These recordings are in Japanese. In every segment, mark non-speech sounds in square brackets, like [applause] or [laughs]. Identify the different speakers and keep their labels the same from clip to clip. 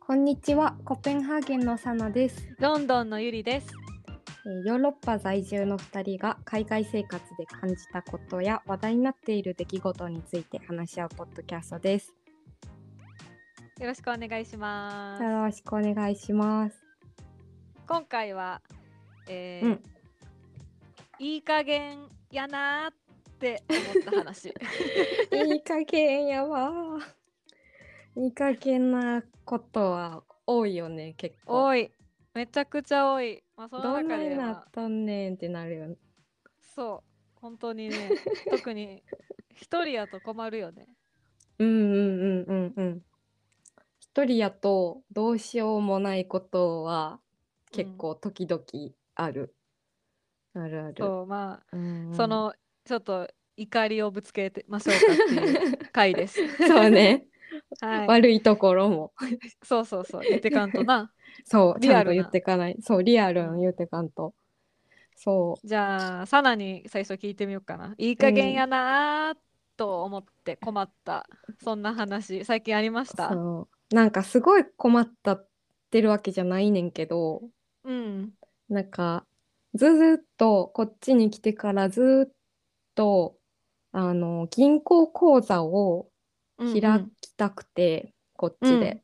Speaker 1: こんにちは、コペンハーゲンのサナです。
Speaker 2: ロンドンのゆりです。
Speaker 1: えーヨーロッパ在住の2人が海外生活で感じたことや話題になっている出来事について話し合うポッドキャストです。
Speaker 2: よろしくお願いします。
Speaker 1: よろしくお願いします。
Speaker 2: 今回は、え
Speaker 1: う
Speaker 2: ー
Speaker 1: ん
Speaker 2: いい加減やなーって思った話。
Speaker 1: [laughs] [laughs] いい加減やわー。いい加減なことは多いよね、結構。
Speaker 2: 多い。めちゃくちゃ多い。まあその
Speaker 1: どん
Speaker 2: 中
Speaker 1: な
Speaker 2: で
Speaker 1: になっ
Speaker 2: は
Speaker 1: たんねんってなるよね。
Speaker 2: そう本当にね特に一人やと困るよね。
Speaker 1: うんうんうんうんうん。一人やとどうしようもないことは結構時々ある。あるある。
Speaker 2: そうまあ、
Speaker 1: うんうん
Speaker 2: そ、のちょっと怒りをぶつけてましょうかっていう回です。
Speaker 1: [laughs] そうね、
Speaker 2: [laughs] はい。
Speaker 1: 悪いところも。
Speaker 2: そうそうそう言ってかんとな。
Speaker 1: そう、ち
Speaker 2: リ
Speaker 1: ゃ
Speaker 2: ア
Speaker 1: んと
Speaker 2: ルな
Speaker 1: 言ってかない。そう、リアルなの言ってかんと。そ
Speaker 2: じゃあ、さらに最初聞いてみようかな。いい加減やなーと思って困った。そんな話、最近ありまし
Speaker 1: う。
Speaker 2: た。
Speaker 1: そうなんかすごい困ったってるわけじゃないねんけど、
Speaker 2: うん。
Speaker 1: なんかずずっとこっちに来てからずっとあの銀行口座を
Speaker 2: うんう
Speaker 1: 開
Speaker 2: ん
Speaker 1: きたくて、こっちで。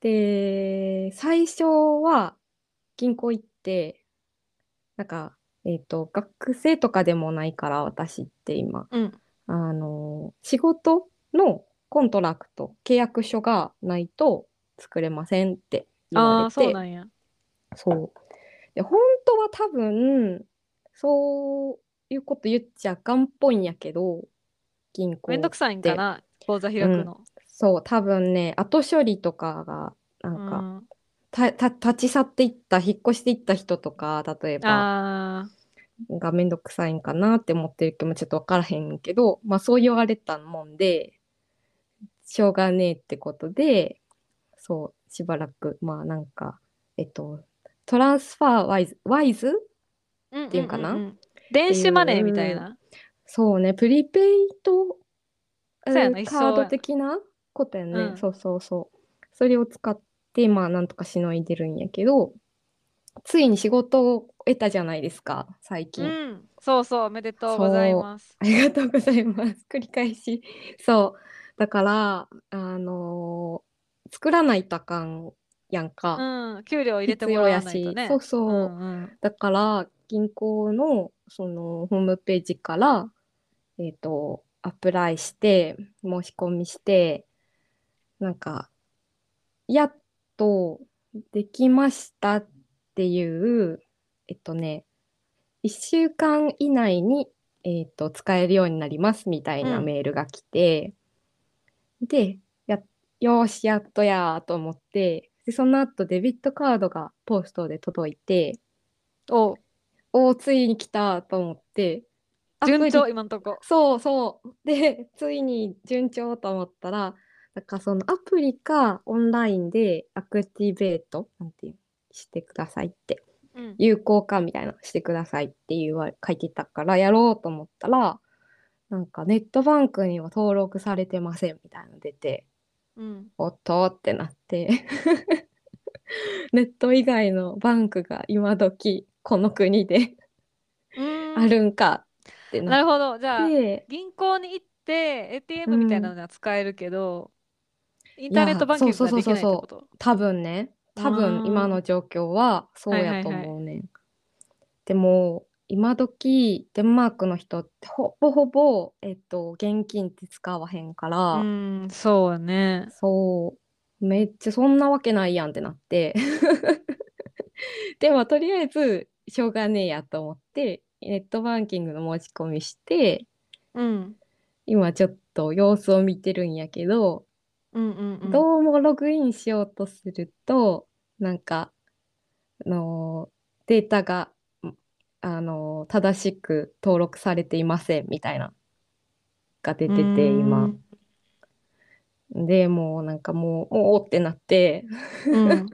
Speaker 1: で最初は銀行行ってなんか、えっと学生とかでもないから私って今
Speaker 2: うん。
Speaker 1: あの仕事のコントラクト契約書がないと作れませんって言わ
Speaker 2: ああ、
Speaker 1: れ
Speaker 2: そう
Speaker 1: て
Speaker 2: なんや。
Speaker 1: そう。で、本当は多分、そういうこと言っちゃあかんっぽいんやけど、銀行
Speaker 2: めんどくさいんかな、口座開くの。
Speaker 1: そう、多分ね、後処理とかが、な
Speaker 2: うん
Speaker 1: か、
Speaker 2: ん。
Speaker 1: た、た、立ち去っていった、引っ越していった人とか、例えば、
Speaker 2: ああ、
Speaker 1: がめんどくさいんかなって思ってる気もちょっとわからへんけど、まあそう言われたもんで、しょうがねえってことで、そう、しばらく、まあなんか、えっと、トランスファーワイズ、ワイズ
Speaker 2: うん
Speaker 1: っていうかな
Speaker 2: うんうんうん電子マネーみたいな。
Speaker 1: そうね、プリペイド
Speaker 2: そうやな
Speaker 1: えー
Speaker 2: 一緒や
Speaker 1: カード的なことやね、
Speaker 2: うん
Speaker 1: そうそうそう。それを使って、まあ、なんとかしのいでるんやけど、ついに仕事を得たじゃないですか、最
Speaker 2: う
Speaker 1: 近。
Speaker 2: ん。そうそう、おめでとうございます。
Speaker 1: ありがとうございます。 [laughs] 繰り返し。そう。だから、あのー作らないとあかんやんか。
Speaker 2: うん。給料入れてもらわないとね。
Speaker 1: 必要やしそうそう
Speaker 2: うんうん
Speaker 1: だから銀行のそのホームページから、えっとアプライして申し込みしてなんかやっとできましたっていうえっとね1週間以内に、えっと使えるようになりますみたいな
Speaker 2: うん
Speaker 1: メールが来て、でやよーしやっとやーと思ってでその後デビットカードがポストで届いて。
Speaker 2: おう
Speaker 1: おーついに来たと思ってアプ
Speaker 2: 順
Speaker 1: リ
Speaker 2: 調、今んとこ。
Speaker 1: そうそうで [laughs] ついに順調と思ったらなんかそのアプリかオンラインでアクティベートなんていうしてくださいって
Speaker 2: うん。
Speaker 1: 有効化みたいなしてくださいって言わ書いてたからやろうと思ったらなんかネットバンクには登録されてませんみたいなの出て
Speaker 2: うん。
Speaker 1: おっとってなって [laughs] ネット以外のバンクが今時この国で
Speaker 2: うん
Speaker 1: あるんかって
Speaker 2: な
Speaker 1: なっ
Speaker 2: るほど。じゃあ、
Speaker 1: て、
Speaker 2: 銀行に行って ATM
Speaker 1: うん
Speaker 2: みたいなのは使えるけど、インターネットバンキングができないって
Speaker 1: そうそうそうそう
Speaker 2: こと
Speaker 1: 多分ね、多
Speaker 2: う
Speaker 1: 分
Speaker 2: ん
Speaker 1: 今の状況はそうやと思うねん。でも、今時デンマークの人ってほぼほぼ、えっと、現金って使わへんから、
Speaker 2: うんそうね
Speaker 1: そう、めっちゃそんなわけないやんってなって。 [laughs] でも、とりあえず、しょうがねえやと思って、ネットバンキングの申し込みして、
Speaker 2: うん
Speaker 1: 今ちょっと様子を見てるんやけど、
Speaker 2: うんうんうん
Speaker 1: どうもログインしようとすると、なんか、あのーデータが、んあのー正しく登録されていませんみたいな、が出て
Speaker 2: う
Speaker 1: て、
Speaker 2: ん
Speaker 1: 今。で、もうなんかもう、もうおってなって、 [laughs]
Speaker 2: うん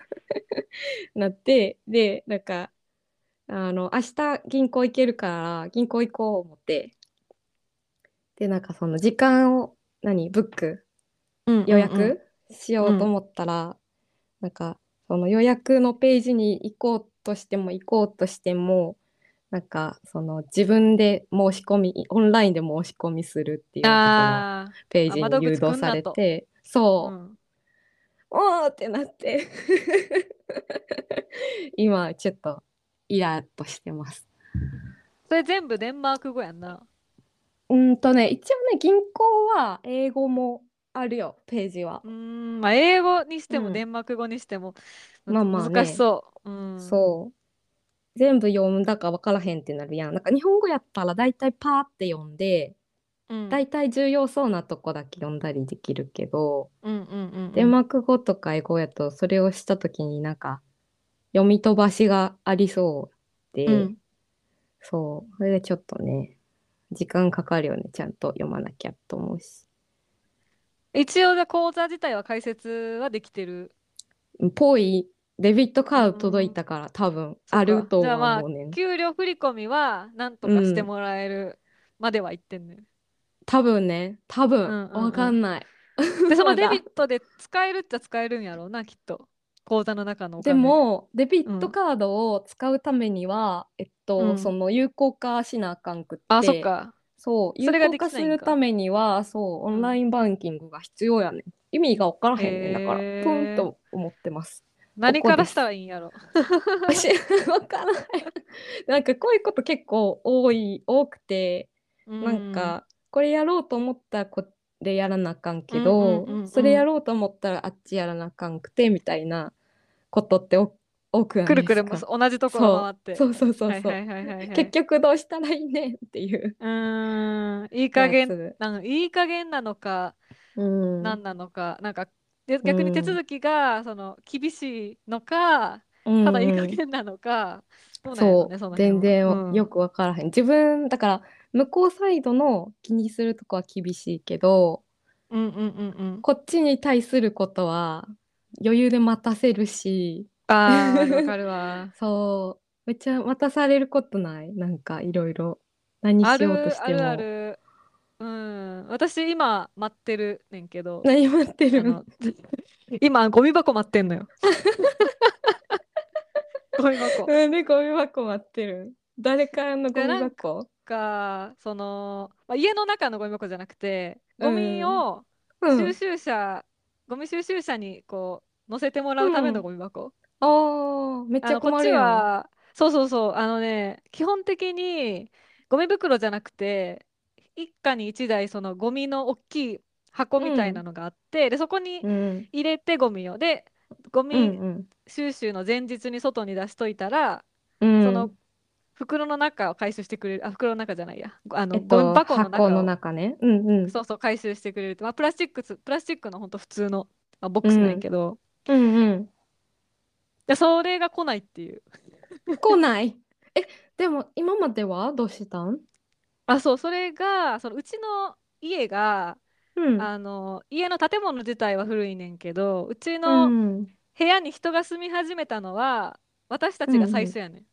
Speaker 1: なって、で、なんか、あの、明日銀行行けるから、銀行行こう思って、で、なんかその時間を、何、ブック、
Speaker 2: うん
Speaker 1: 予約、
Speaker 2: うん
Speaker 1: しよ
Speaker 2: う
Speaker 1: うと
Speaker 2: ん。
Speaker 1: 思ったら、なんか、その予約のページに行こうとしても行こうとしても、なんか、その自分で申し込み、オンラインで申し込みするっていうとこの
Speaker 2: あー
Speaker 1: ペー
Speaker 2: あ、
Speaker 1: ジ
Speaker 2: 窓
Speaker 1: に誘
Speaker 2: 口
Speaker 1: 導
Speaker 2: 来ん
Speaker 1: さ
Speaker 2: な
Speaker 1: れ
Speaker 2: と。
Speaker 1: て、
Speaker 2: う
Speaker 1: そう、
Speaker 2: ん。
Speaker 1: おーってなって [laughs] 今、ちょっとイラッとしてます。
Speaker 2: それ全部デンマーク語やんな。
Speaker 1: うーんとね、一応ね、銀行は英語もあるよ、ページは。
Speaker 2: うーん、まあ、英語にし
Speaker 1: う
Speaker 2: てもデ
Speaker 1: ん。
Speaker 2: ンマーク語にしてもむ
Speaker 1: まあまあ
Speaker 2: 難し
Speaker 1: ね、
Speaker 2: そう。うん。
Speaker 1: そう。全部読んだか分からへんってなるやん。なんか日本語やったら大体パーって読んで、
Speaker 2: うん。
Speaker 1: 大体重要そうなとこだけ読んだりできるけど、
Speaker 2: うんうんうんう
Speaker 1: デンマ
Speaker 2: ん。
Speaker 1: ーク語とか英語やとそれをした時になんか読み飛ばしがありそうで、
Speaker 2: うん。
Speaker 1: そう。それでちょっとね、時間かかるよね、ちゃんと読まなきゃと思うし。
Speaker 2: 一応、じゃあ講座自体は解説はできてる。
Speaker 1: ぽいデビット
Speaker 2: う
Speaker 1: カード届
Speaker 2: ー
Speaker 1: い
Speaker 2: ん。
Speaker 1: たから多分
Speaker 2: そ
Speaker 1: あ
Speaker 2: っ
Speaker 1: る
Speaker 2: か。
Speaker 1: と
Speaker 2: じゃ
Speaker 1: は
Speaker 2: あまあ、
Speaker 1: 思うねん。
Speaker 2: 給料振り込みはなんと
Speaker 1: う
Speaker 2: かして
Speaker 1: ん。
Speaker 2: もらえるまでは言ってんねん。
Speaker 1: 多分ね。多
Speaker 2: う
Speaker 1: 分。
Speaker 2: んう
Speaker 1: わ
Speaker 2: んう
Speaker 1: か
Speaker 2: ん。
Speaker 1: んない。
Speaker 2: で、その
Speaker 1: ま
Speaker 2: デビッ
Speaker 1: だ。
Speaker 2: トで使えるっちゃ使えるんやろうな、きっと。口座の中のお
Speaker 1: で
Speaker 2: 金。
Speaker 1: も、デビッ
Speaker 2: う
Speaker 1: ト
Speaker 2: ん。
Speaker 1: カードを使うためには、えっ
Speaker 2: う
Speaker 1: と、そ
Speaker 2: ん。
Speaker 1: の有効化しなあかんくっ、
Speaker 2: あ、そってか。
Speaker 1: そう、
Speaker 2: そ
Speaker 1: 有
Speaker 2: れが
Speaker 1: 効
Speaker 2: で
Speaker 1: 化
Speaker 2: きな
Speaker 1: す
Speaker 2: いん
Speaker 1: るた
Speaker 2: か。
Speaker 1: めには、そう、オ
Speaker 2: う
Speaker 1: ンライ
Speaker 2: ん。
Speaker 1: ンバンキングが必要やねん。意味がわからへんねん。だから、プン
Speaker 2: えー、
Speaker 1: と思ってます。こ
Speaker 2: 何
Speaker 1: こ
Speaker 2: から
Speaker 1: で
Speaker 2: したら
Speaker 1: す。
Speaker 2: いいんやろ。
Speaker 1: 私、わ
Speaker 2: [laughs]
Speaker 1: からない。なんかこういうこと結構多い、多くて、
Speaker 2: う
Speaker 1: なん
Speaker 2: ん。
Speaker 1: かこれやろうと思ったらこれやらなあかん
Speaker 2: う
Speaker 1: け
Speaker 2: んうんう
Speaker 1: ど、
Speaker 2: ん
Speaker 1: そうれや
Speaker 2: ん。
Speaker 1: ろうと思ったらあっちやらなあかんくてみたいなことってお多くは
Speaker 2: く
Speaker 1: な
Speaker 2: る
Speaker 1: いで
Speaker 2: く
Speaker 1: す
Speaker 2: るま
Speaker 1: か。
Speaker 2: 同じところ
Speaker 1: そ
Speaker 2: 回っ
Speaker 1: う、
Speaker 2: て。
Speaker 1: そうそうそう
Speaker 2: はい
Speaker 1: そ
Speaker 2: は
Speaker 1: う。
Speaker 2: いはいはいは
Speaker 1: 結
Speaker 2: い。
Speaker 1: 局どうしたらいいねんっていう
Speaker 2: うーん、いい加
Speaker 1: や
Speaker 2: 減、
Speaker 1: つ。
Speaker 2: なんかいい加減なのか、
Speaker 1: うん、う
Speaker 2: 何なのか、なんか、で逆に手
Speaker 1: ん、
Speaker 2: 続きが、その、厳しいのか、
Speaker 1: う
Speaker 2: ただいい加
Speaker 1: んうん。
Speaker 2: 減なのか、どうなんやろね、
Speaker 1: そう、
Speaker 2: その辺
Speaker 1: 全
Speaker 2: は。
Speaker 1: 然
Speaker 2: う
Speaker 1: わよ
Speaker 2: ん。
Speaker 1: くわからへん。自分、だから向こうサイドの気にするとこは厳しいけど、
Speaker 2: うんうんうんうん。
Speaker 1: こっちに対することは余裕で待たせるし
Speaker 2: あー、わかるわ。
Speaker 1: そうめっちゃ待たされることないなんかいろいろ何
Speaker 2: あ
Speaker 1: しようとし
Speaker 2: る、あ
Speaker 1: て
Speaker 2: るあ
Speaker 1: も
Speaker 2: る。うん。私、今、待ってるねんけど、
Speaker 1: 何待って
Speaker 2: あ
Speaker 1: る
Speaker 2: の、今、ゴミ箱待ってん
Speaker 1: [laughs]
Speaker 2: のよ。ゴミ箱。
Speaker 1: なんでゴミ箱待ってる誰からのゴ
Speaker 2: で、
Speaker 1: ミ
Speaker 2: なん
Speaker 1: 箱
Speaker 2: か、その、まあ、家の中のゴミ箱じゃなくて、
Speaker 1: う
Speaker 2: ゴミ
Speaker 1: ん
Speaker 2: を
Speaker 1: う
Speaker 2: 収
Speaker 1: ん
Speaker 2: 集車、ゴミ収集車にこう、乗せてもらうた
Speaker 1: う
Speaker 2: めの
Speaker 1: ん
Speaker 2: ゴミ箱。
Speaker 1: あーめっち
Speaker 2: あ
Speaker 1: ゃ
Speaker 2: の、こっ
Speaker 1: 困
Speaker 2: ち
Speaker 1: るやん
Speaker 2: は、そうそうそう、あのね、基本的にゴミ袋じゃなくて、一家に一台、そのゴミの大きい箱み
Speaker 1: う
Speaker 2: たいなんのがあって、で、そこに
Speaker 1: うん
Speaker 2: 入れてゴミを。で、ゴ
Speaker 1: う
Speaker 2: ミ
Speaker 1: ん
Speaker 2: 収集の前日に外に出しといたら、
Speaker 1: う
Speaker 2: そ
Speaker 1: んう
Speaker 2: の、
Speaker 1: ん
Speaker 2: 袋の中を回収してくれる、あ、袋の中じゃないや、あ
Speaker 1: え
Speaker 2: の、
Speaker 1: っ
Speaker 2: ゴミ
Speaker 1: と
Speaker 2: 箱の
Speaker 1: 箱
Speaker 2: 中
Speaker 1: の
Speaker 2: を、
Speaker 1: 中ねうんうん
Speaker 2: そうそう、回収してくれるって、まあ、プラスチックつ、プラスチックのほんと普通の、まあ、ボッ
Speaker 1: う
Speaker 2: クスなんや
Speaker 1: ん
Speaker 2: けど、
Speaker 1: うんうん
Speaker 2: で、それが来ないっていう。
Speaker 1: 来ない。え、でも今まではどうしてたん
Speaker 2: あ、そう、それが、そのうちの家が、
Speaker 1: うん。
Speaker 2: あの、家の建物自体は古いねんけど、うち
Speaker 1: う
Speaker 2: の
Speaker 1: ん。
Speaker 2: 部屋に人が住み始めたのは、私た
Speaker 1: う
Speaker 2: ちが
Speaker 1: ん
Speaker 2: 最
Speaker 1: う
Speaker 2: 初やねん。
Speaker 1: ん。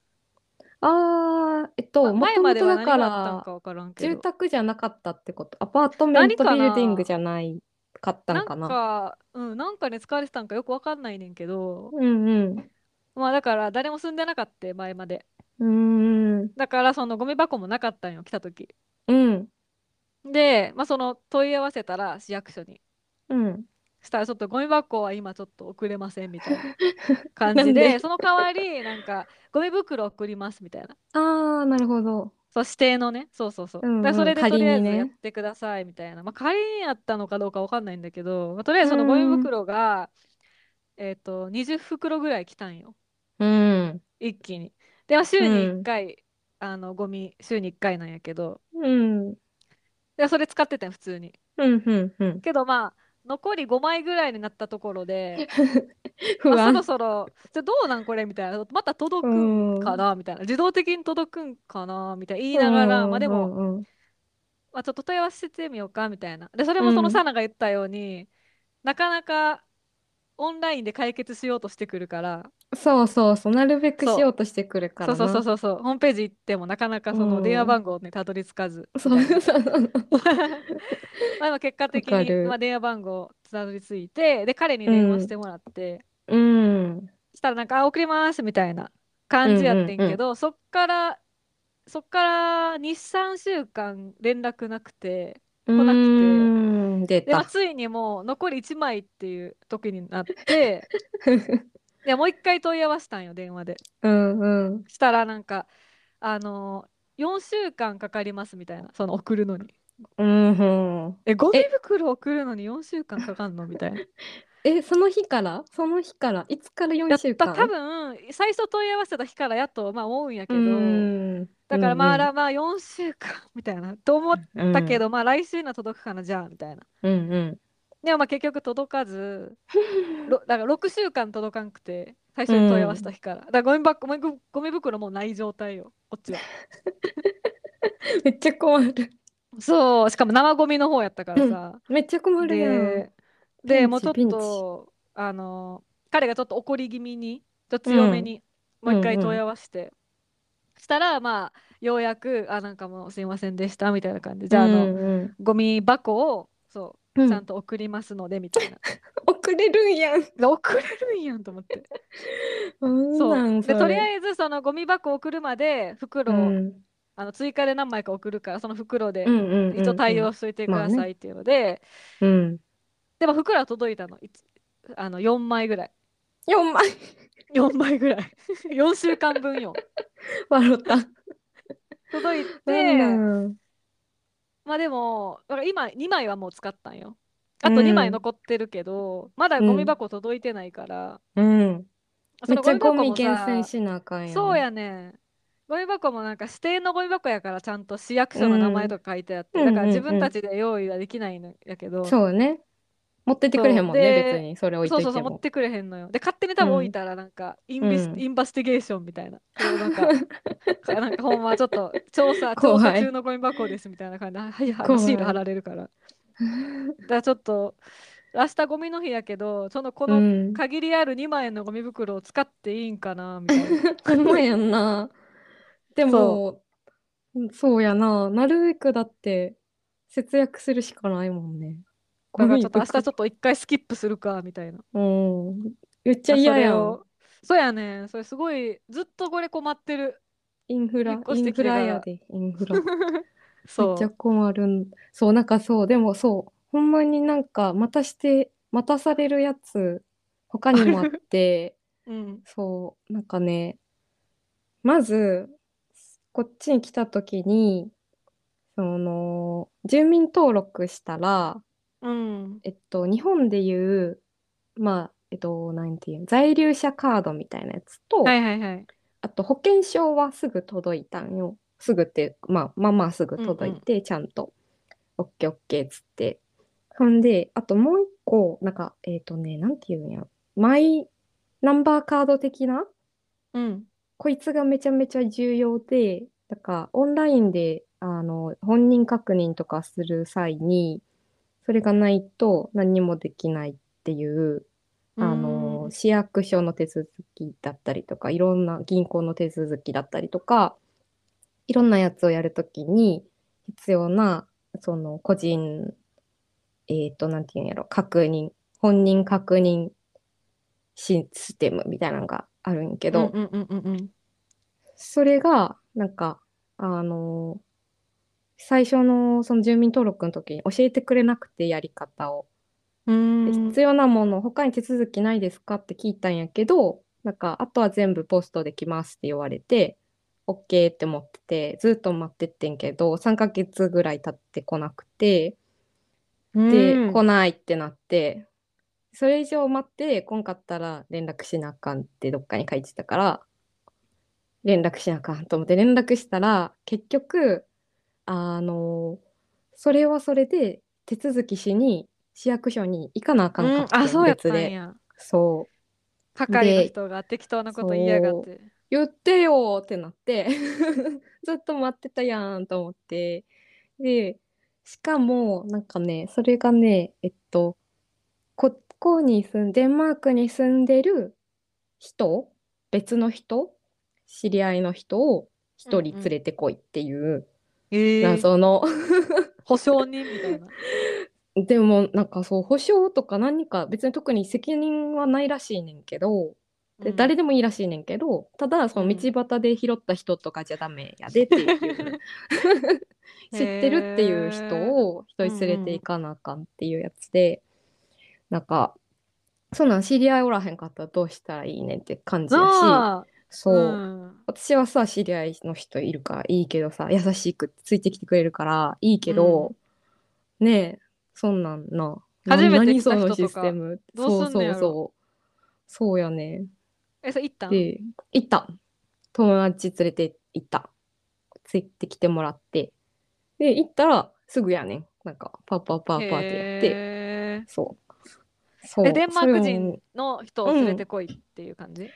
Speaker 1: ああ、えっ
Speaker 2: ま、
Speaker 1: と、も
Speaker 2: 前
Speaker 1: と
Speaker 2: ま
Speaker 1: も
Speaker 2: で
Speaker 1: と
Speaker 2: は
Speaker 1: だ
Speaker 2: 何
Speaker 1: か、
Speaker 2: があったんからわからんけ
Speaker 1: 住
Speaker 2: ど。
Speaker 1: 宅じゃなかったってこと。アパートメン
Speaker 2: 何
Speaker 1: ト
Speaker 2: か
Speaker 1: ビルディングじゃ
Speaker 2: な
Speaker 1: ないかったん
Speaker 2: なん
Speaker 1: かな。
Speaker 2: か、うん、なんかね、使われてたんかよくわかんないねんけど、
Speaker 1: うんうん。
Speaker 2: まあだから誰も住んでなかった、前まで。
Speaker 1: うーん。
Speaker 2: だからそのゴミ箱もなかったんよ、来た時。
Speaker 1: うん。
Speaker 2: で、まあその問い合わせたら市役所に。
Speaker 1: うん。
Speaker 2: したらちょっとゴミ箱は今ちょっと送れませんみ
Speaker 1: [laughs]
Speaker 2: たいな感
Speaker 1: な
Speaker 2: じ
Speaker 1: ん
Speaker 2: で、
Speaker 1: で
Speaker 2: その代わり、なんかゴミ袋送りますみたいな。
Speaker 1: ああー、なるほど。
Speaker 2: そう、指定のね、そうそうそう。
Speaker 1: う
Speaker 2: だからそ
Speaker 1: んうん。
Speaker 2: れでと
Speaker 1: 仮
Speaker 2: りあえ
Speaker 1: に
Speaker 2: ずやっ
Speaker 1: ね。
Speaker 2: てくださいみたいな。まあ仮にやったのかどうかわかんないんだけど、まあとりあえ
Speaker 1: う
Speaker 2: ずそのゴミ
Speaker 1: ん。
Speaker 2: 袋が、えっと、20袋ぐらい来たんよ。
Speaker 1: うん。
Speaker 2: 一気に。で、まあ
Speaker 1: う
Speaker 2: 週に1
Speaker 1: ん。
Speaker 2: 回、あの、ゴミ、週に1回なんやけど、
Speaker 1: うん。
Speaker 2: で、それ使ってたよ、普通に。
Speaker 1: うん。うん。うん
Speaker 2: けど、まあ、残り5枚ぐらいになったところで、
Speaker 1: 不
Speaker 2: まあ、そろ
Speaker 1: 安。
Speaker 2: そろ、じゃあどうなんこれみたいな、また
Speaker 1: う
Speaker 2: 届くん
Speaker 1: ん。う
Speaker 2: か
Speaker 1: ん。
Speaker 2: なみたいな、自動的に届くんかなみたいな言いうながら、まあ、
Speaker 1: ん。
Speaker 2: で
Speaker 1: う
Speaker 2: も、
Speaker 1: ん。うん。
Speaker 2: まあ、ちょっと問い合わせてみようかみたいな。で、それ
Speaker 1: う
Speaker 2: もその
Speaker 1: ん
Speaker 2: サナが言ったように、なかなかオンラインで解決しようとしてくるから、
Speaker 1: そうそうそう、なるべくしよ
Speaker 2: そう
Speaker 1: としてくる
Speaker 2: う。
Speaker 1: か
Speaker 2: そ
Speaker 1: ら
Speaker 2: うそうそう
Speaker 1: な。
Speaker 2: そうそう。ホームページ行ってもなかなか
Speaker 1: う
Speaker 2: その電話
Speaker 1: ん。
Speaker 2: 番号にたどり着かずみ
Speaker 1: そ
Speaker 2: た
Speaker 1: う
Speaker 2: いな。
Speaker 1: そうそう。
Speaker 2: [laughs] まあでも結果
Speaker 1: わ
Speaker 2: 的
Speaker 1: か
Speaker 2: に、まあ、
Speaker 1: る。
Speaker 2: 電話番号たどり着いて、で、彼に
Speaker 1: う
Speaker 2: 電話し
Speaker 1: ん。
Speaker 2: てもらって、
Speaker 1: うん。
Speaker 2: したらなんか、あ、送りますみたいな
Speaker 1: う
Speaker 2: 感じ
Speaker 1: ん
Speaker 2: やっ
Speaker 1: う
Speaker 2: て
Speaker 1: ん
Speaker 2: ん
Speaker 1: う
Speaker 2: け
Speaker 1: ん。
Speaker 2: ど、そっから、そっから2、3週間連絡なくて、
Speaker 1: う
Speaker 2: 来なくて、
Speaker 1: ーん、出
Speaker 2: で、まあ、
Speaker 1: た。
Speaker 2: ついにもう残り1枚っていう時になって、 [laughs] で、もう一回問い合わせたんよ、電話で。
Speaker 1: うんうん。
Speaker 2: したらなんか、あの4週間かかりますみたいな、その送るのに。
Speaker 1: うんうん。
Speaker 2: え、ゴミ
Speaker 1: え、
Speaker 2: 袋送るのに4週間かかんのみ
Speaker 1: [laughs]
Speaker 2: たいな。
Speaker 1: え、その日からその日からいつから
Speaker 2: やっ
Speaker 1: 4週
Speaker 2: た、
Speaker 1: 間
Speaker 2: 多分、最初問い合わせた日からやっと、まあ、思うんや
Speaker 1: う
Speaker 2: けど、
Speaker 1: ーん、う
Speaker 2: だからまあ、あら
Speaker 1: ん
Speaker 2: まあ4週間みたいな、と思っ
Speaker 1: う
Speaker 2: た
Speaker 1: ん、う
Speaker 2: け
Speaker 1: ん、
Speaker 2: ど、まあ来週には届くかな、じゃあ、みたいな。
Speaker 1: うんうん。
Speaker 2: でもまあ結局届
Speaker 1: [laughs]
Speaker 2: かず、ろ、だから6週間届かんくて、最
Speaker 1: う
Speaker 2: 初に問い合わせた
Speaker 1: ん。
Speaker 2: 日から。だからゴミ箱、ゴミゴミ袋もうない状態よ、こっちは。
Speaker 1: めっちゃ困る。
Speaker 2: そう、しかも生ゴミの方やったから
Speaker 1: うん
Speaker 2: さ。
Speaker 1: めっちゃ困るやん。
Speaker 2: で、
Speaker 1: ピ
Speaker 2: で
Speaker 1: ン
Speaker 2: もうち
Speaker 1: チ、
Speaker 2: ょっ
Speaker 1: ピンチ。
Speaker 2: と、あの、彼がちょっと怒り気味に、ちょっと
Speaker 1: う
Speaker 2: 強め
Speaker 1: ん、
Speaker 2: に、も
Speaker 1: う
Speaker 2: う一
Speaker 1: ん、
Speaker 2: 回
Speaker 1: う
Speaker 2: 問い
Speaker 1: ん。
Speaker 2: 合わせて、したら、まあ、ようやく、あ、なんかもうすいませんでした、みたいな感じで、じ
Speaker 1: う
Speaker 2: ゃあ、あの、
Speaker 1: ん、うん。
Speaker 2: ゴミ箱を、そう、
Speaker 1: う
Speaker 2: ちゃん
Speaker 1: ん
Speaker 2: と送りますので、みたいな。
Speaker 1: 遅れるんやん。
Speaker 2: で送れるんやんと思って。
Speaker 1: うん
Speaker 2: そ
Speaker 1: なん、
Speaker 2: う。で、
Speaker 1: そ
Speaker 2: とり
Speaker 1: れ。
Speaker 2: あえず、そのゴミ箱送るまで、
Speaker 1: う
Speaker 2: 袋を、
Speaker 1: ん、
Speaker 2: あの、追加で何枚か送るから、その袋
Speaker 1: う
Speaker 2: で、
Speaker 1: ん、うん、
Speaker 2: 一応
Speaker 1: うん、う
Speaker 2: 対
Speaker 1: ん。
Speaker 2: 応しといてく
Speaker 1: まあ
Speaker 2: ださ
Speaker 1: ね。
Speaker 2: いっていうので、
Speaker 1: うん。
Speaker 2: でも袋は届いたの。いつあの、4枚ぐらい。
Speaker 1: 4枚。
Speaker 2: 4枚ぐらい。4週 [laughs] 間分よ。
Speaker 1: 笑った。
Speaker 2: 届い
Speaker 1: なんな
Speaker 2: て、
Speaker 1: ん。
Speaker 2: まあでも、だから今2枚はもう使ったんよ。
Speaker 1: う
Speaker 2: あと2枚
Speaker 1: ん、
Speaker 2: 残ってるけど、まだ
Speaker 1: う
Speaker 2: ゴミ
Speaker 1: ん、
Speaker 2: 箱届いてないから、
Speaker 1: うん。
Speaker 2: そ
Speaker 1: めっち
Speaker 2: のゴ
Speaker 1: ゃ
Speaker 2: ミ
Speaker 1: ゴ
Speaker 2: 箱
Speaker 1: ミ
Speaker 2: も
Speaker 1: 厳選
Speaker 2: さ、
Speaker 1: しなあかんや。
Speaker 2: そうんやねん。ゴミ箱もなんか指定のゴミ箱やからちゃんと市役
Speaker 1: う
Speaker 2: 所の名
Speaker 1: ん、
Speaker 2: 前
Speaker 1: うん、
Speaker 2: とか書いてあって、
Speaker 1: う
Speaker 2: だから自
Speaker 1: ん、
Speaker 2: 分
Speaker 1: う
Speaker 2: た
Speaker 1: ん。
Speaker 2: ちで用意はできないんやけど、
Speaker 1: そうね。持ってってくれへ
Speaker 2: そ
Speaker 1: ん
Speaker 2: う。
Speaker 1: もんね、別
Speaker 2: で、
Speaker 1: に。それ置い
Speaker 2: そう
Speaker 1: とい
Speaker 2: そうそ
Speaker 1: て
Speaker 2: う、持っ
Speaker 1: も。
Speaker 2: てくれへんのよ。で、勝手に
Speaker 1: う
Speaker 2: 多分置い
Speaker 1: ん。
Speaker 2: たら、なんか、イン
Speaker 1: う
Speaker 2: ビス、イ
Speaker 1: ん。
Speaker 2: ンバスティゲーションみたいな、そういうなんか、
Speaker 1: [laughs]
Speaker 2: かなんかほんまちょっと、調査、調
Speaker 1: 怖
Speaker 2: 査中
Speaker 1: い。
Speaker 2: のゴミ箱ですみたいな感じで、はい、あの、シール
Speaker 1: 怖
Speaker 2: 貼
Speaker 1: い。
Speaker 2: られるから。だからちょっと、明日ゴミの日やけど、そのこ
Speaker 1: う
Speaker 2: の
Speaker 1: ん。
Speaker 2: 限りある2万円のゴミ袋を使っていいんかな、みたいな。
Speaker 1: ほんまやんな。 [laughs] で
Speaker 2: そ
Speaker 1: も、そうやな。なるべくだって、節約するしかないもんね。
Speaker 2: う。だ
Speaker 1: ゴ
Speaker 2: からち
Speaker 1: ミ
Speaker 2: ょっと明日ちょ
Speaker 1: 袋。
Speaker 2: っと一回スキップするか、みたいな。
Speaker 1: うん。めっちゃ
Speaker 2: あ、そ
Speaker 1: 嫌
Speaker 2: れ
Speaker 1: やん。
Speaker 2: を。そうやねん。それすごい、ずっとこれ困ってる。
Speaker 1: インフ
Speaker 2: 引っ
Speaker 1: ラ、
Speaker 2: 越
Speaker 1: イ
Speaker 2: して
Speaker 1: ンフ
Speaker 2: きて
Speaker 1: ラ
Speaker 2: か
Speaker 1: や
Speaker 2: ら。
Speaker 1: で、インフラ。めっちゃ
Speaker 2: そ
Speaker 1: 困るん。そう、なんかそう、でもそう、ほんまになんか、またして、待たされるやつ、他
Speaker 2: う。あ
Speaker 1: にもあっ
Speaker 2: る。
Speaker 1: て、
Speaker 2: うん。
Speaker 1: そう、なんかね、まず、こっちに来た時に、その、住民登録したら、
Speaker 2: うん。
Speaker 1: えっと、日本でいう、まあ、えっと、なんていう、在留者カードみたいなやつ
Speaker 2: は
Speaker 1: と、
Speaker 2: いはいはい。
Speaker 1: あと保険証はすぐ届いたんよ。すぐって、まあ、まあまあすぐ
Speaker 2: うんう
Speaker 1: 届い
Speaker 2: ん。
Speaker 1: て、ちゃんと、オッケーオッケーっつって。ほんで、あともう一個、なんか、えっとね、なんていうんや、マイナンバーカード的な
Speaker 2: うん。
Speaker 1: こいつがめちゃめちゃ重要で、だからオンラインであの本人確認とかする際に、それがないと何もできないっていう、
Speaker 2: う
Speaker 1: あ
Speaker 2: ー
Speaker 1: の
Speaker 2: ん。
Speaker 1: 市役所の手続きだったりとか、いろんな銀行の手続きだったりとか、いろんなやつをやるときに必要な、その個人、えっと、なんていうんやろ、確認、本人確認システムみたいなのがあるんやけ
Speaker 2: うん
Speaker 1: ど、
Speaker 2: うんうんうんうん。
Speaker 1: それが、なんか、あの、最初のその住民登録の時に教えてくれなくてやり方を。
Speaker 2: う
Speaker 1: で
Speaker 2: ーん。
Speaker 1: 必要なもの、他に手続きないですかって聞いたんやけど、なんか、あとは全部ポストできますって言われて、OK って思ってて、ずっと待ってってんけど、3ヶ月ぐらい経ってこなくて、
Speaker 2: う
Speaker 1: で、
Speaker 2: ー
Speaker 1: 来
Speaker 2: ん。
Speaker 1: ないってなって、それ以上待って来んかったら連絡しなあかんってどっかに書いてたから、連絡しなあかんと思って連絡したら、結局、あの、それはそれで手続きしに市役所に行かなあかんか
Speaker 2: うん。
Speaker 1: っ
Speaker 2: あ、
Speaker 1: てん、
Speaker 2: そうやっ
Speaker 1: 別
Speaker 2: たん
Speaker 1: で。
Speaker 2: や。
Speaker 1: そ
Speaker 2: 係
Speaker 1: う。
Speaker 2: の
Speaker 1: で、
Speaker 2: 人が適当なこと言いやがっ
Speaker 1: そう、
Speaker 2: て。
Speaker 1: 言ってよってなって [laughs] ずっと待ってたやんと思って。で、しかも、なんかね、それがね、えっと、ここに住ん、デンマークに住んでる人別の人、知り合いの人を一
Speaker 2: うん
Speaker 1: 人
Speaker 2: う
Speaker 1: 連
Speaker 2: ん
Speaker 1: れてこいっていう
Speaker 2: ええ
Speaker 1: 謎の、
Speaker 2: 保証人みたいな。
Speaker 1: でもなんかそう保証とか何か別に特に責任はないらしいねんけど、 [laughs] で
Speaker 2: うん
Speaker 1: 誰でもいいらしいねんけどただその
Speaker 2: うん
Speaker 1: 道端で拾った人とかじゃダメやでっていう
Speaker 2: [laughs]
Speaker 1: 知ってるっていう人を一人連れていかなあかんっていうやつで、なんかそんなん知り合いおらへんかったらどうしたらいいねんって感じやし
Speaker 2: なあ、
Speaker 1: そう、
Speaker 2: うん
Speaker 1: 私はさ知り合いの人いるからいいけどさ優しくついてきてくれるからいいけど、ねえそんなんな
Speaker 2: 初めて
Speaker 1: 何
Speaker 2: 来た
Speaker 1: そ
Speaker 2: 人とか
Speaker 1: のシステム
Speaker 2: どうすんねや
Speaker 1: そうそう
Speaker 2: ろ
Speaker 1: そうそうやね
Speaker 2: え、それ行ったん
Speaker 1: で行った友達連れて行ったついてきてもらってで行ったらすぐやねんなんかパッパッパーパーってやって、
Speaker 2: へ
Speaker 1: そう
Speaker 2: ー
Speaker 1: そう
Speaker 2: え、デンマーク
Speaker 1: それを
Speaker 2: 人の人を連れてこいっていう感じ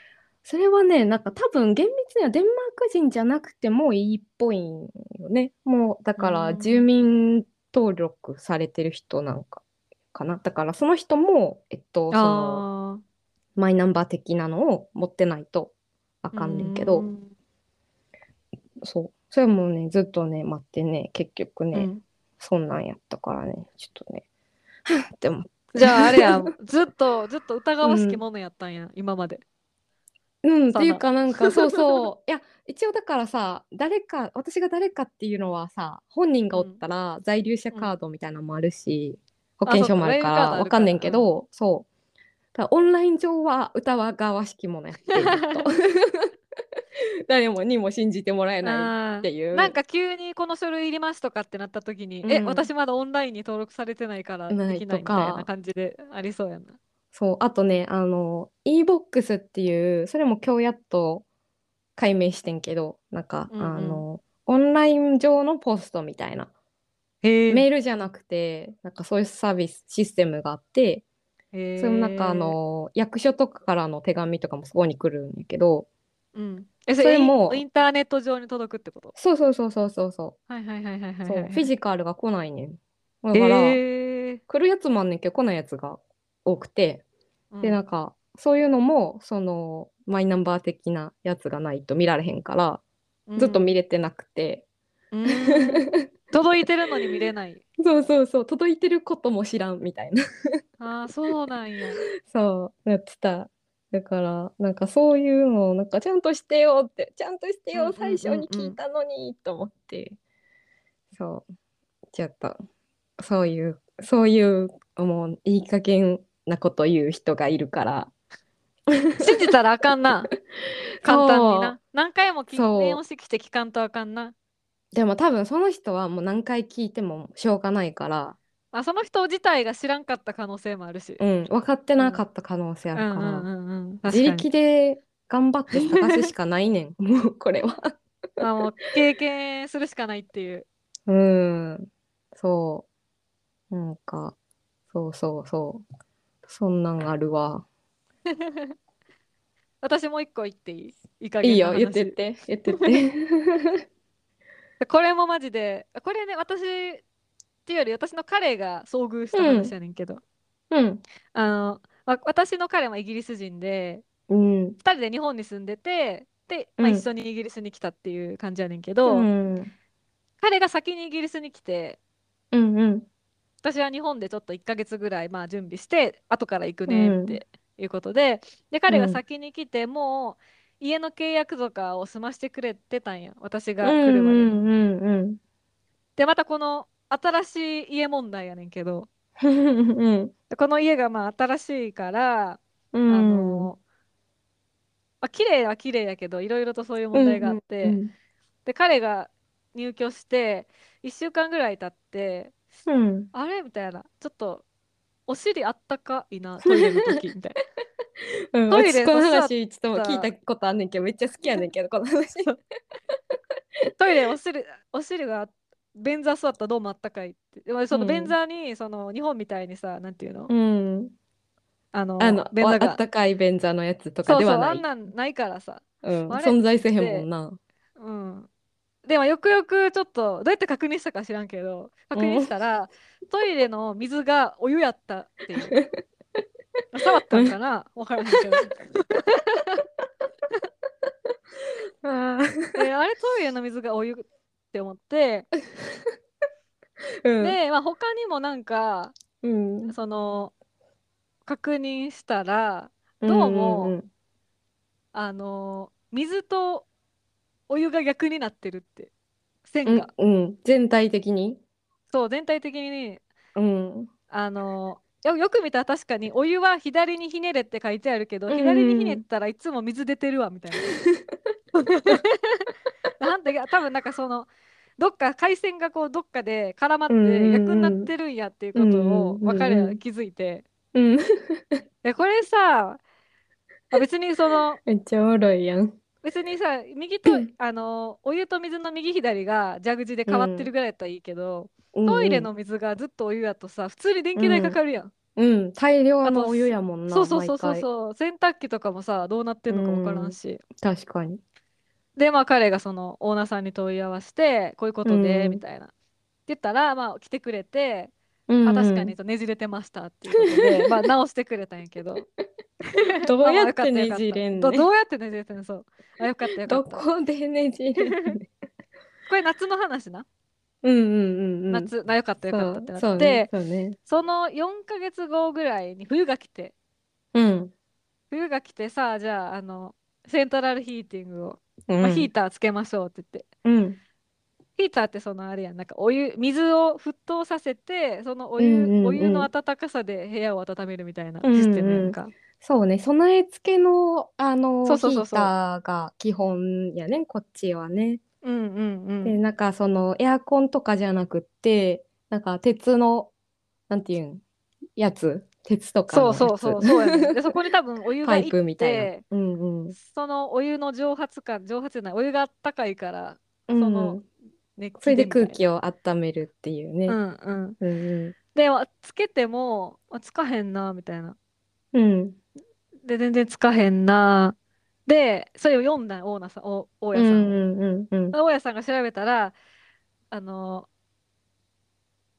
Speaker 1: それはね、なんか多分厳密にはデンマーク人じゃなくてもいいっぽいんよね。もうだか
Speaker 2: う
Speaker 1: ら
Speaker 2: ん
Speaker 1: 住民登録されてる人なんかかな。だからその人も、えっと、その
Speaker 2: あ
Speaker 1: マイナンバー的なのを持ってないとあ
Speaker 2: あ、
Speaker 1: かんねんけど、
Speaker 2: うん
Speaker 1: そう。それもね、ずっとね、待ってね、結局ね、
Speaker 2: うん
Speaker 1: そんなんやったからね、ちょっとね、はぁって思っ
Speaker 2: じゃ
Speaker 1: [laughs]
Speaker 2: ああれや、ずっと、ずっと疑わしき
Speaker 1: うん
Speaker 2: ものやったんや、今まで。
Speaker 1: うん、っ
Speaker 2: そ
Speaker 1: て
Speaker 2: の
Speaker 1: いうかなん
Speaker 2: [laughs]
Speaker 1: かそうそういや一応だからさ誰か私が誰かっていうのはさ本人がおったら在留者カードみたいなのもあるし、保険証もあるか
Speaker 2: あ
Speaker 1: ら
Speaker 2: そうか
Speaker 1: わかんねんけど、そうだからオンライン上は疑わしきものやってずっ
Speaker 2: [laughs]
Speaker 1: と誰もにも信じてもらえな
Speaker 2: あ
Speaker 1: いっ
Speaker 2: ー
Speaker 1: ていう
Speaker 2: なんか急にこの書類いりますとかってなった時に、え、
Speaker 1: うん
Speaker 2: 私まだオンラインに登録されてないからで
Speaker 1: ない
Speaker 2: きな
Speaker 1: と
Speaker 2: いみ
Speaker 1: か
Speaker 2: たいな感じでありそうやな。
Speaker 1: そうあとねあの e-box っていうそれも今日やっと解明してんけどなんか、
Speaker 2: うんうん
Speaker 1: あのオンライン上のポストみたいな
Speaker 2: へ
Speaker 1: メ
Speaker 2: え。
Speaker 1: ールじゃなくて、なんかそういうサービス、システムがあって、それもなんかあの、役所とかからの手紙とかもそこに来るんやけど、
Speaker 2: うん。え、
Speaker 1: そ
Speaker 2: そ
Speaker 1: れ
Speaker 2: れ
Speaker 1: も
Speaker 2: もインターネット上に届くってこと
Speaker 1: そうそうそうそうそうそ
Speaker 2: はいはいはいはいは
Speaker 1: う、
Speaker 2: い
Speaker 1: そう
Speaker 2: はいはい。
Speaker 1: フィジカルが来ないねん。だから、
Speaker 2: へえ。
Speaker 1: 来るやつもあんねんけど、来ないやつが多くて、で、なん
Speaker 2: か、
Speaker 1: か、そういうのも、その、マイナンバー的なやつがないと見られへんから、ずっと見れてなくて、 [laughs]
Speaker 2: うん、うーん届いてるのに見れない。
Speaker 1: そうそうそう、届いてることも知らんみたいな。 [laughs]
Speaker 2: ああ、そうなんや。
Speaker 1: そう、やってた。だから、なんかそういうのを、なんかちゃんとしてよって、ちゃんとして
Speaker 2: うんう
Speaker 1: よ、
Speaker 2: んうんう
Speaker 1: 最
Speaker 2: ん
Speaker 1: 初に聞いたのに、と思って。そう、ちょっと、そういう、そういう、もう、いい加減なこと言う人がいるから。
Speaker 2: 信じたらあかんな。簡単にな。何回も聞
Speaker 1: そう
Speaker 2: 念押してきて聞かんとあかんな。
Speaker 1: でも多分その人はもう何回聞いてもしょうがないから、
Speaker 2: あ、その人自体が知らんかった可能性もあるし。
Speaker 1: うん、分かってなかった可能性あ
Speaker 2: う
Speaker 1: る
Speaker 2: んう
Speaker 1: から、
Speaker 2: んうんうん。確
Speaker 1: 自
Speaker 2: かに
Speaker 1: 力で頑張って探すしかないねん、 [laughs] もうこれは。
Speaker 2: あもう経験するしかないっていう。
Speaker 1: うん、そう。なんか、そうそうそう。そんなんあるわ。
Speaker 2: 私もう一個言っていいいい加
Speaker 1: い
Speaker 2: 減
Speaker 1: い
Speaker 2: な
Speaker 1: よ、
Speaker 2: 話
Speaker 1: 言ってって、言ってって。
Speaker 2: これもマジで、これね、私っていうより私の彼が遭遇した話やねんけど、
Speaker 1: [laughs] うん。
Speaker 2: あの、わ私の彼はイギリス人で、
Speaker 1: うん。
Speaker 2: 2人で日本に住んでて、で、まあ、
Speaker 1: うん
Speaker 2: 一緒にイギリスに来たっていう感じやねんけ
Speaker 1: う
Speaker 2: ど、
Speaker 1: ん。
Speaker 2: 彼が先にイギリスに来て、
Speaker 1: うんうん。
Speaker 2: 私は日本でちょっと1ヶ月ぐらいまあ準備して後から行くねっていうことで、で彼が先に来てもう家の契約とかを済ましてくれてたんや私が来るまでに。
Speaker 1: うんうんうん
Speaker 2: でまたこの新しい家問題やねんけど
Speaker 1: うん。
Speaker 2: この家がまあ新しいから、
Speaker 1: う
Speaker 2: あ
Speaker 1: ん。
Speaker 2: のまあ綺麗は綺麗やけどいろいろとそういう問題があって、
Speaker 1: うん
Speaker 2: で彼が入居して1週間ぐらい経って
Speaker 1: うん。
Speaker 2: あれみたいなちょっとお尻あったかいなトイレの時みたい
Speaker 1: [laughs]
Speaker 2: な。
Speaker 1: うん。
Speaker 2: トイ
Speaker 1: 私
Speaker 2: レ
Speaker 1: この
Speaker 2: おっしゃっ
Speaker 1: 話、ちょっと聞いたことあんねんけど、めっちゃ好きやねんけど、この話。
Speaker 2: トイレお尻お尻が便座座ったらどうもあったかいってでもその
Speaker 1: うん
Speaker 2: 便座にその日本みたいにさなんていうの、
Speaker 1: うん。
Speaker 2: あの
Speaker 1: あの、
Speaker 2: 便座
Speaker 1: あ
Speaker 2: が
Speaker 1: ったかい便座のやつと
Speaker 2: そ
Speaker 1: か
Speaker 2: う
Speaker 1: で
Speaker 2: そう
Speaker 1: は
Speaker 2: あ
Speaker 1: なんい。
Speaker 2: なんないからさ
Speaker 1: うん。
Speaker 2: あれ
Speaker 1: 存在せへんもんな。
Speaker 2: うんでもよくよくちょっとどうやって確認したか知らんけど確認したら、トイレの水がお湯やったって
Speaker 1: [laughs]
Speaker 2: いう触ったんかなわからへんけどであれトイレの水がお湯って思って、
Speaker 1: うん。
Speaker 2: で、まあ、他にもなんか
Speaker 1: うん。
Speaker 2: その確認したら
Speaker 1: ど
Speaker 2: どうもあの水とお湯が逆になってるって
Speaker 1: う
Speaker 2: 線
Speaker 1: ん
Speaker 2: が、
Speaker 1: うん。全体的に。
Speaker 2: そう全体的に
Speaker 1: うん。
Speaker 2: あのよよく見たら確かにお湯は左にひねれって書いてあるけど、
Speaker 1: うんうん
Speaker 2: 左にひねったらいつも水出てるわみたい [laughs] な。なんて多分なんかそのどっか回線がこうどっかで絡まっ
Speaker 1: うんうんう
Speaker 2: て
Speaker 1: ん
Speaker 2: 逆になってるんやっていうことを
Speaker 1: うんうんうんうん
Speaker 2: 分かる気づいて。
Speaker 1: うん。
Speaker 2: えこれさあ別にその
Speaker 1: めっちゃおもろいやん。
Speaker 2: 別にさ右とあのお湯と水の右左が蛇口で変わってるぐらいだったらいいけど、トイレの水がずっとお湯やとさ普通に電気代かかるやん。
Speaker 1: うん。うん。大量
Speaker 2: あと
Speaker 1: のお湯やもんな。
Speaker 2: そうそうそう
Speaker 1: 毎
Speaker 2: そう
Speaker 1: 回
Speaker 2: そう洗濯機とかもさどうなってんのか分からんし、
Speaker 1: 確かに。
Speaker 2: でまあ彼がそのオーナーさんに問い合わせてこういうことで、
Speaker 1: うん
Speaker 2: みたいなって言ったらまあ来てくれて、
Speaker 1: うんう
Speaker 2: あ
Speaker 1: ん
Speaker 2: 確かに。とねじれてましたっていうことでまあ直してくれたん
Speaker 1: [laughs]
Speaker 2: やけど
Speaker 1: ど
Speaker 2: ま
Speaker 1: う
Speaker 2: あまあ
Speaker 1: や
Speaker 2: よ
Speaker 1: っ
Speaker 2: かっ
Speaker 1: て
Speaker 2: たよ
Speaker 1: ね
Speaker 2: かった
Speaker 1: じれん
Speaker 2: ど
Speaker 1: の
Speaker 2: どうやってねじれてんのそうあよかったよか
Speaker 1: ど
Speaker 2: った
Speaker 1: こでねじれんの
Speaker 2: これ夏の話な
Speaker 1: [laughs] うんうんうんうん。
Speaker 2: 夏なよかったよかったってなってそ,、
Speaker 1: そうね。そうね。
Speaker 2: の4ヶ月後ぐらいに冬が来て
Speaker 1: うん。
Speaker 2: 冬が来てさあじゃああのセントラルヒーティングを、
Speaker 1: うん
Speaker 2: まあ、ヒーターつけましょうって言って。
Speaker 1: うん。
Speaker 2: ヒーターってそのあれやん、なんかお湯、水を沸騰させて、そのお湯、
Speaker 1: うんうんうん
Speaker 2: お湯の温かさで部屋を温めるみたいなシステムやんか。
Speaker 1: そうね。備え付けの、あの、
Speaker 2: そうそうそうそう
Speaker 1: ヒーターが基本やね、こっちはね。
Speaker 2: うんうんう
Speaker 1: で、
Speaker 2: ん。
Speaker 1: なんかその、エアコンとかじゃなくって、なんか鉄の、なんていうん、やつ。鉄とかの
Speaker 2: そう
Speaker 1: やつ。
Speaker 2: そうそう、そうやねん。で、そこに多分お湯
Speaker 1: パ
Speaker 2: が
Speaker 1: イ
Speaker 2: い
Speaker 1: プ
Speaker 2: っ
Speaker 1: みたいな
Speaker 2: て、。
Speaker 1: うんうん。
Speaker 2: そのお湯の蒸発感、蒸発じゃない、お湯があったかいから、
Speaker 1: そ
Speaker 2: その、熱気
Speaker 1: それで空
Speaker 2: みたい
Speaker 1: 気を温めるっていうね。
Speaker 2: な。うんうん。
Speaker 1: うん
Speaker 2: で、つけても、あつかへんな、みたいな。
Speaker 1: うん。うん。
Speaker 2: で、全然つかへんな。で、それを読んだんオーナーさん、お大
Speaker 1: う
Speaker 2: 家さん
Speaker 1: ん
Speaker 2: が。
Speaker 1: うんうんうん。
Speaker 2: 大家さんが調べたらあの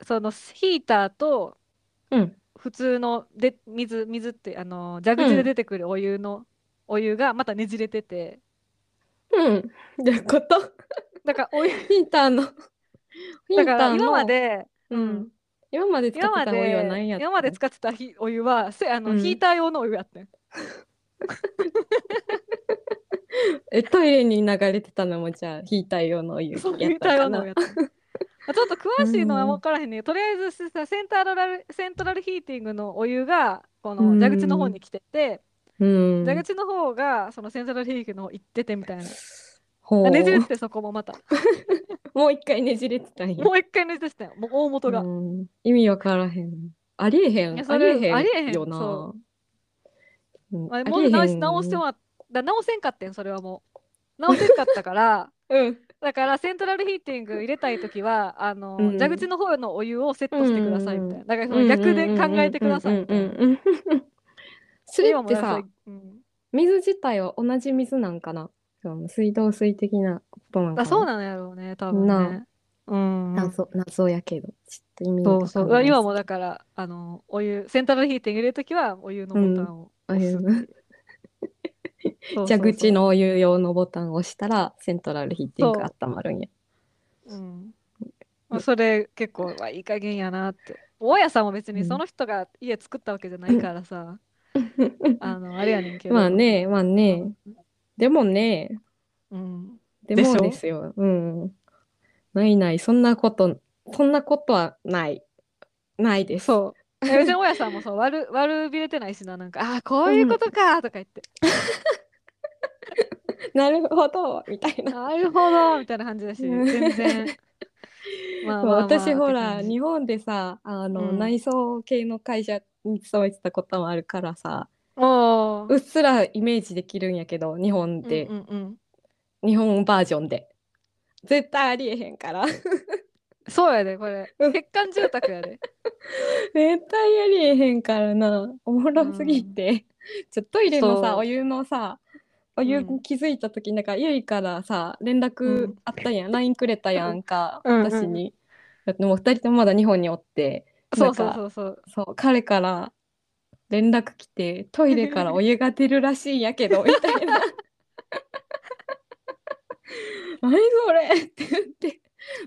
Speaker 2: そのヒーターと
Speaker 1: うん
Speaker 2: 普通ので水水ってあの蛇口で出てくるお湯の、お湯がまたねじれてて
Speaker 1: うん。じゃ
Speaker 2: [laughs]
Speaker 1: こと、
Speaker 2: だからお湯
Speaker 1: ヒーターの、ヒ
Speaker 2: だ
Speaker 1: ータ
Speaker 2: から
Speaker 1: ー
Speaker 2: 今ま
Speaker 1: の、
Speaker 2: で
Speaker 1: う
Speaker 2: うん
Speaker 1: ん。今まで使
Speaker 2: 今
Speaker 1: って
Speaker 2: ま
Speaker 1: たお湯は何
Speaker 2: で
Speaker 1: やった
Speaker 2: 今まで使ってたひお湯はせあの、
Speaker 1: うん
Speaker 2: ヒーター用のお湯やってん
Speaker 1: え、トイレに流れてたのもじゃあ、ヒーター用のお湯やっ
Speaker 2: そうヒータ
Speaker 1: た
Speaker 2: ー用
Speaker 1: か
Speaker 2: のお
Speaker 1: な [laughs]
Speaker 2: 湯。やってんあちょっと詳しいのは分からへんねんけどとりあえずさセントラルセントラルヒーティングのお湯がこの蛇口の方に来てて、
Speaker 1: うん。
Speaker 2: 蛇口の方がそのセントラルヒーティングの方行っててみたいな。
Speaker 1: ほう。
Speaker 2: ねじれててそこもまた。
Speaker 1: もう一回ねじれてたんや。
Speaker 2: もう一回ねじれてたよ。もう大元が。
Speaker 1: うん意味わからへん。ありえへ
Speaker 2: いや
Speaker 1: ん。
Speaker 2: そ
Speaker 1: あ
Speaker 2: れ
Speaker 1: りえへん
Speaker 2: ありえへん
Speaker 1: よな
Speaker 2: そ。
Speaker 1: うん
Speaker 2: あ
Speaker 1: あ
Speaker 2: れもう
Speaker 1: りえ
Speaker 2: 直
Speaker 1: へ
Speaker 2: し
Speaker 1: ん
Speaker 2: 直してもらった。直せんかってん、それはもう。直せんかったから、 [laughs]
Speaker 1: うん。
Speaker 2: だからセントラルヒーティング入れたいときは、あの、
Speaker 1: うん
Speaker 2: 蛇口の方のお湯をセットしてくださいみたいな。だからそ
Speaker 1: うんう
Speaker 2: の
Speaker 1: ん
Speaker 2: 逆で考えてくださいみたいな。
Speaker 1: うん
Speaker 2: [laughs]
Speaker 1: うんうんうんそれ
Speaker 2: 今
Speaker 1: っ
Speaker 2: も
Speaker 1: て
Speaker 2: だから
Speaker 1: さ
Speaker 2: そ、れうん
Speaker 1: 水自体は同じ水なんかなその水道水的なことなんか
Speaker 2: あ、そうなのやろうね、多分ね
Speaker 1: な。
Speaker 2: うん。
Speaker 1: 謎、謎やけど。ちょっと意味
Speaker 2: そうそう。
Speaker 1: わかんない
Speaker 2: 今もだから、あの、お湯、セントラルヒーティング入れるときは、お湯のボタンを押すっていう。そうそうそう
Speaker 1: 蛇口のお湯用のボタンを押したら、セントラルヒーティング
Speaker 2: そ
Speaker 1: 温まるんや。
Speaker 2: うんまあ、それ結構まあいい加減やなって大家さんも別にその人が家作ったわけじゃないからさ、あのあれやねんけ
Speaker 1: [laughs]
Speaker 2: ど
Speaker 1: まあね、まあね。でもね、
Speaker 2: うん
Speaker 1: で
Speaker 2: でしょ
Speaker 1: もですよ。うん。ないない、そんなこと、そんなことはない。ないです。
Speaker 2: そういや別に大家さんもそう悪悪びれてないしななんか「ああこういうことか」とか言って
Speaker 1: なるほど、みたい
Speaker 2: 「
Speaker 1: な。
Speaker 2: なるほど」みたいな感じだし
Speaker 1: うん
Speaker 2: 全然
Speaker 1: [laughs]
Speaker 2: まあまあまあ
Speaker 1: 私ほ
Speaker 2: っ
Speaker 1: ら、
Speaker 2: て感じ
Speaker 1: 日本でさ、あの、
Speaker 2: うん
Speaker 1: 内装系の会社に勤めてたこともあるからさ、
Speaker 2: おー
Speaker 1: うっすらイメージできるんやけど、日本で、
Speaker 2: うんうんうん
Speaker 1: 日本バージョンで。絶対ありえへんから。
Speaker 2: そうやでこれ
Speaker 1: うん
Speaker 2: 欠陥住
Speaker 1: [laughs]
Speaker 2: 宅やで
Speaker 1: 絶対ありえへんからなおもろすぎて、ちょトイレの
Speaker 2: そ
Speaker 1: さ
Speaker 2: う
Speaker 1: お湯のさお湯
Speaker 2: うん
Speaker 1: に気づいた時なんかゆいからさ連
Speaker 2: う
Speaker 1: 絡
Speaker 2: ん
Speaker 1: あったやん LINE、くれたやんか
Speaker 2: うんうん
Speaker 1: 私に、だってもう2人ともまだ日本におって
Speaker 2: そうそう
Speaker 1: なん
Speaker 2: そ
Speaker 1: か
Speaker 2: うそう
Speaker 1: そう彼から連絡来てトイレ
Speaker 2: [laughs]
Speaker 1: からお湯が出るらしいんやけどみたいな何それって言って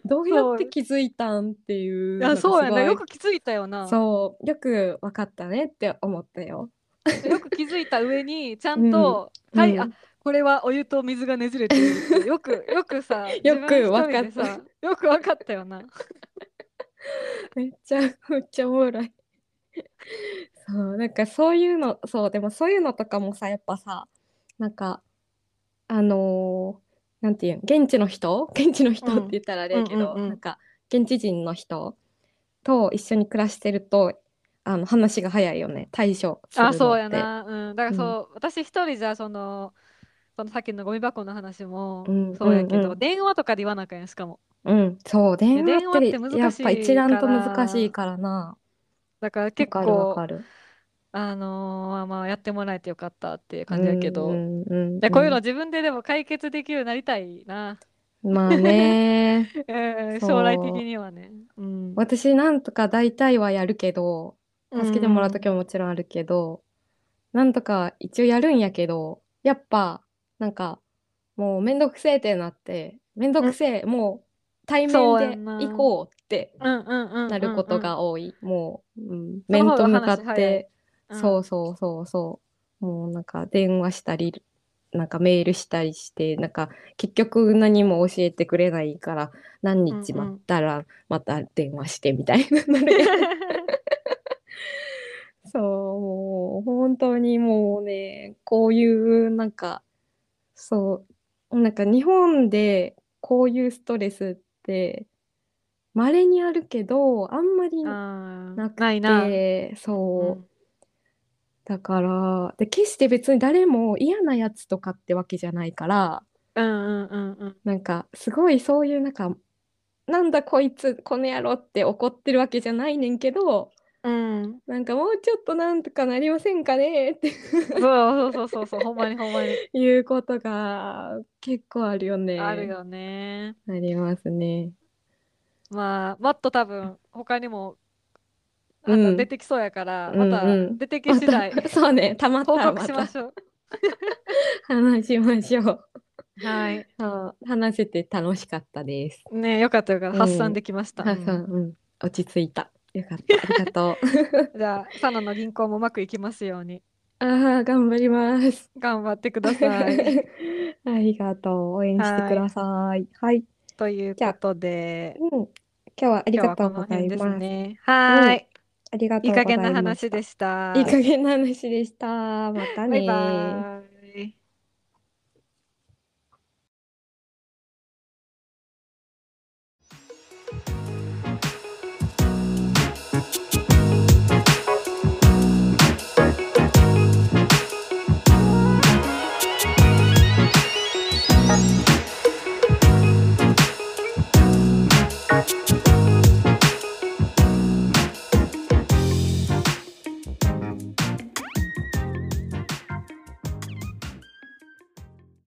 Speaker 1: どうやって気づいたんっていう
Speaker 2: いや、そうや
Speaker 1: のがすご
Speaker 2: な。よ
Speaker 1: い
Speaker 2: く気づいたよな。
Speaker 1: そうよく分かったねって思ったよ。
Speaker 2: よく気づいた上に、ちゃんと、
Speaker 1: うん
Speaker 2: はい、
Speaker 1: うん
Speaker 2: あ、これはお湯と水がねじれているってよく、よくさ、
Speaker 1: [laughs] よく
Speaker 2: 自分一人で
Speaker 1: わか
Speaker 2: さ、よくわかったよな。
Speaker 1: めっちゃ [laughs] めっちゃおもろい。 [laughs] そうなんかそういうのそうでもそういうのとかもさやっぱさなんかあのーなんていうん現地の人 [laughs] 現地の人
Speaker 2: うん
Speaker 1: って言ったらあれやけど、
Speaker 2: うんうんうん
Speaker 1: なんか現地人の人と一緒に暮らしてるとあの話が早いよね対処するの
Speaker 2: あ、
Speaker 1: って。
Speaker 2: そうやな。うん。だからそう、私一人じゃ、その、そのさっきのゴミ箱の話も
Speaker 1: うん
Speaker 2: そうやけ
Speaker 1: うんう
Speaker 2: ど、
Speaker 1: ん
Speaker 2: 電話とかで言わなあかんやん、しかも。
Speaker 1: うん、そう電話
Speaker 2: 電話って
Speaker 1: っ
Speaker 2: 難
Speaker 1: てやっ
Speaker 2: しい
Speaker 1: ぱ一段と
Speaker 2: から
Speaker 1: 難しいからな。
Speaker 2: だから
Speaker 1: わ
Speaker 2: 結
Speaker 1: かるわ
Speaker 2: 構
Speaker 1: か、る。
Speaker 2: あのーまあやってもらえてよかったっていう感じやけど、
Speaker 1: うんうんうん
Speaker 2: でこういうの自分ででも解決できるようになりたいな、
Speaker 1: まあね。
Speaker 2: [laughs] えー
Speaker 1: そう
Speaker 2: 将来的にはね。うん、
Speaker 1: 私なんとか大体はやるけど助けてもらう時
Speaker 2: は、
Speaker 1: はもちろんあるけど、なんとか一応やるんやけどやっぱなんかもうめんどくせえってなってめんどくせえもう対
Speaker 2: そ
Speaker 1: 面
Speaker 2: うや
Speaker 1: で
Speaker 2: んな
Speaker 1: 行こうって
Speaker 2: うんうんうんうんうん、
Speaker 1: なることが多い、もう、うん、
Speaker 2: その
Speaker 1: 面
Speaker 2: 方が
Speaker 1: と向か
Speaker 2: 話
Speaker 1: っ
Speaker 2: 早い
Speaker 1: て、
Speaker 2: うん
Speaker 1: そうそうそうそうもうなんか電話したりなんかメールしたりしてなんか結局何も教えてくれないから何日待ったらまた電話してみたいになるけど [laughs] そうもう本当にもうねこういうなんかそうなんか日本でこういうストレスって稀にあるけどあんま [laughs] り
Speaker 2: あー
Speaker 1: なく
Speaker 2: ないな。
Speaker 1: てそう、
Speaker 2: うん
Speaker 1: だからで決して別に誰も嫌なやつとかってわけじゃないから
Speaker 2: うんうんうん
Speaker 1: なんかすごいそういうなんかなんだこいつこの野郎って怒ってるわけじゃないねんけど
Speaker 2: うん。うん。
Speaker 1: なんかもうちょっとなんとかなりませんかねって
Speaker 2: [laughs] そうそうそうそうそう、ほんまにほんまに。
Speaker 1: いうことが結構あるよね。
Speaker 2: あるよね。
Speaker 1: ありますね。
Speaker 2: まあ、もっと多分、他にも、
Speaker 1: う
Speaker 2: あ
Speaker 1: ん
Speaker 2: の出てきそうやから、
Speaker 1: うん
Speaker 2: また
Speaker 1: うん
Speaker 2: 出てき
Speaker 1: ま
Speaker 2: 次第、
Speaker 1: たそうねたまった
Speaker 2: 報
Speaker 1: ら
Speaker 2: 告
Speaker 1: ま
Speaker 2: しま
Speaker 1: た
Speaker 2: しょう。
Speaker 1: 話しましょう。
Speaker 2: はい。
Speaker 1: あ話せて楽しかったです。
Speaker 2: ねよかったよかっ
Speaker 1: う
Speaker 2: た。
Speaker 1: ん
Speaker 2: 発散できました。
Speaker 1: は
Speaker 2: うん
Speaker 1: さん、 [laughs] うん、落ち着いた。よかった。ありが
Speaker 2: [laughs]
Speaker 1: とう。
Speaker 2: じゃあ、サナの銀行もうまくいきますように。
Speaker 1: ああ、頑張ります。
Speaker 2: 頑張ってくだ
Speaker 1: [laughs]
Speaker 2: さい。
Speaker 1: ありがとう。応援してください。はい。
Speaker 2: ということで、
Speaker 1: うん。今日はあり
Speaker 2: 今日
Speaker 1: が
Speaker 2: は
Speaker 1: と
Speaker 2: こ
Speaker 1: うござ
Speaker 2: の辺
Speaker 1: い
Speaker 2: です
Speaker 1: ます。
Speaker 2: ね。はーい。
Speaker 1: ありがと
Speaker 2: いうい加
Speaker 1: ござ
Speaker 2: 減ない
Speaker 1: ま
Speaker 2: 話
Speaker 1: した。
Speaker 2: でした。
Speaker 1: いい加減な話でした。また
Speaker 2: バ
Speaker 1: ね
Speaker 2: イバーイ。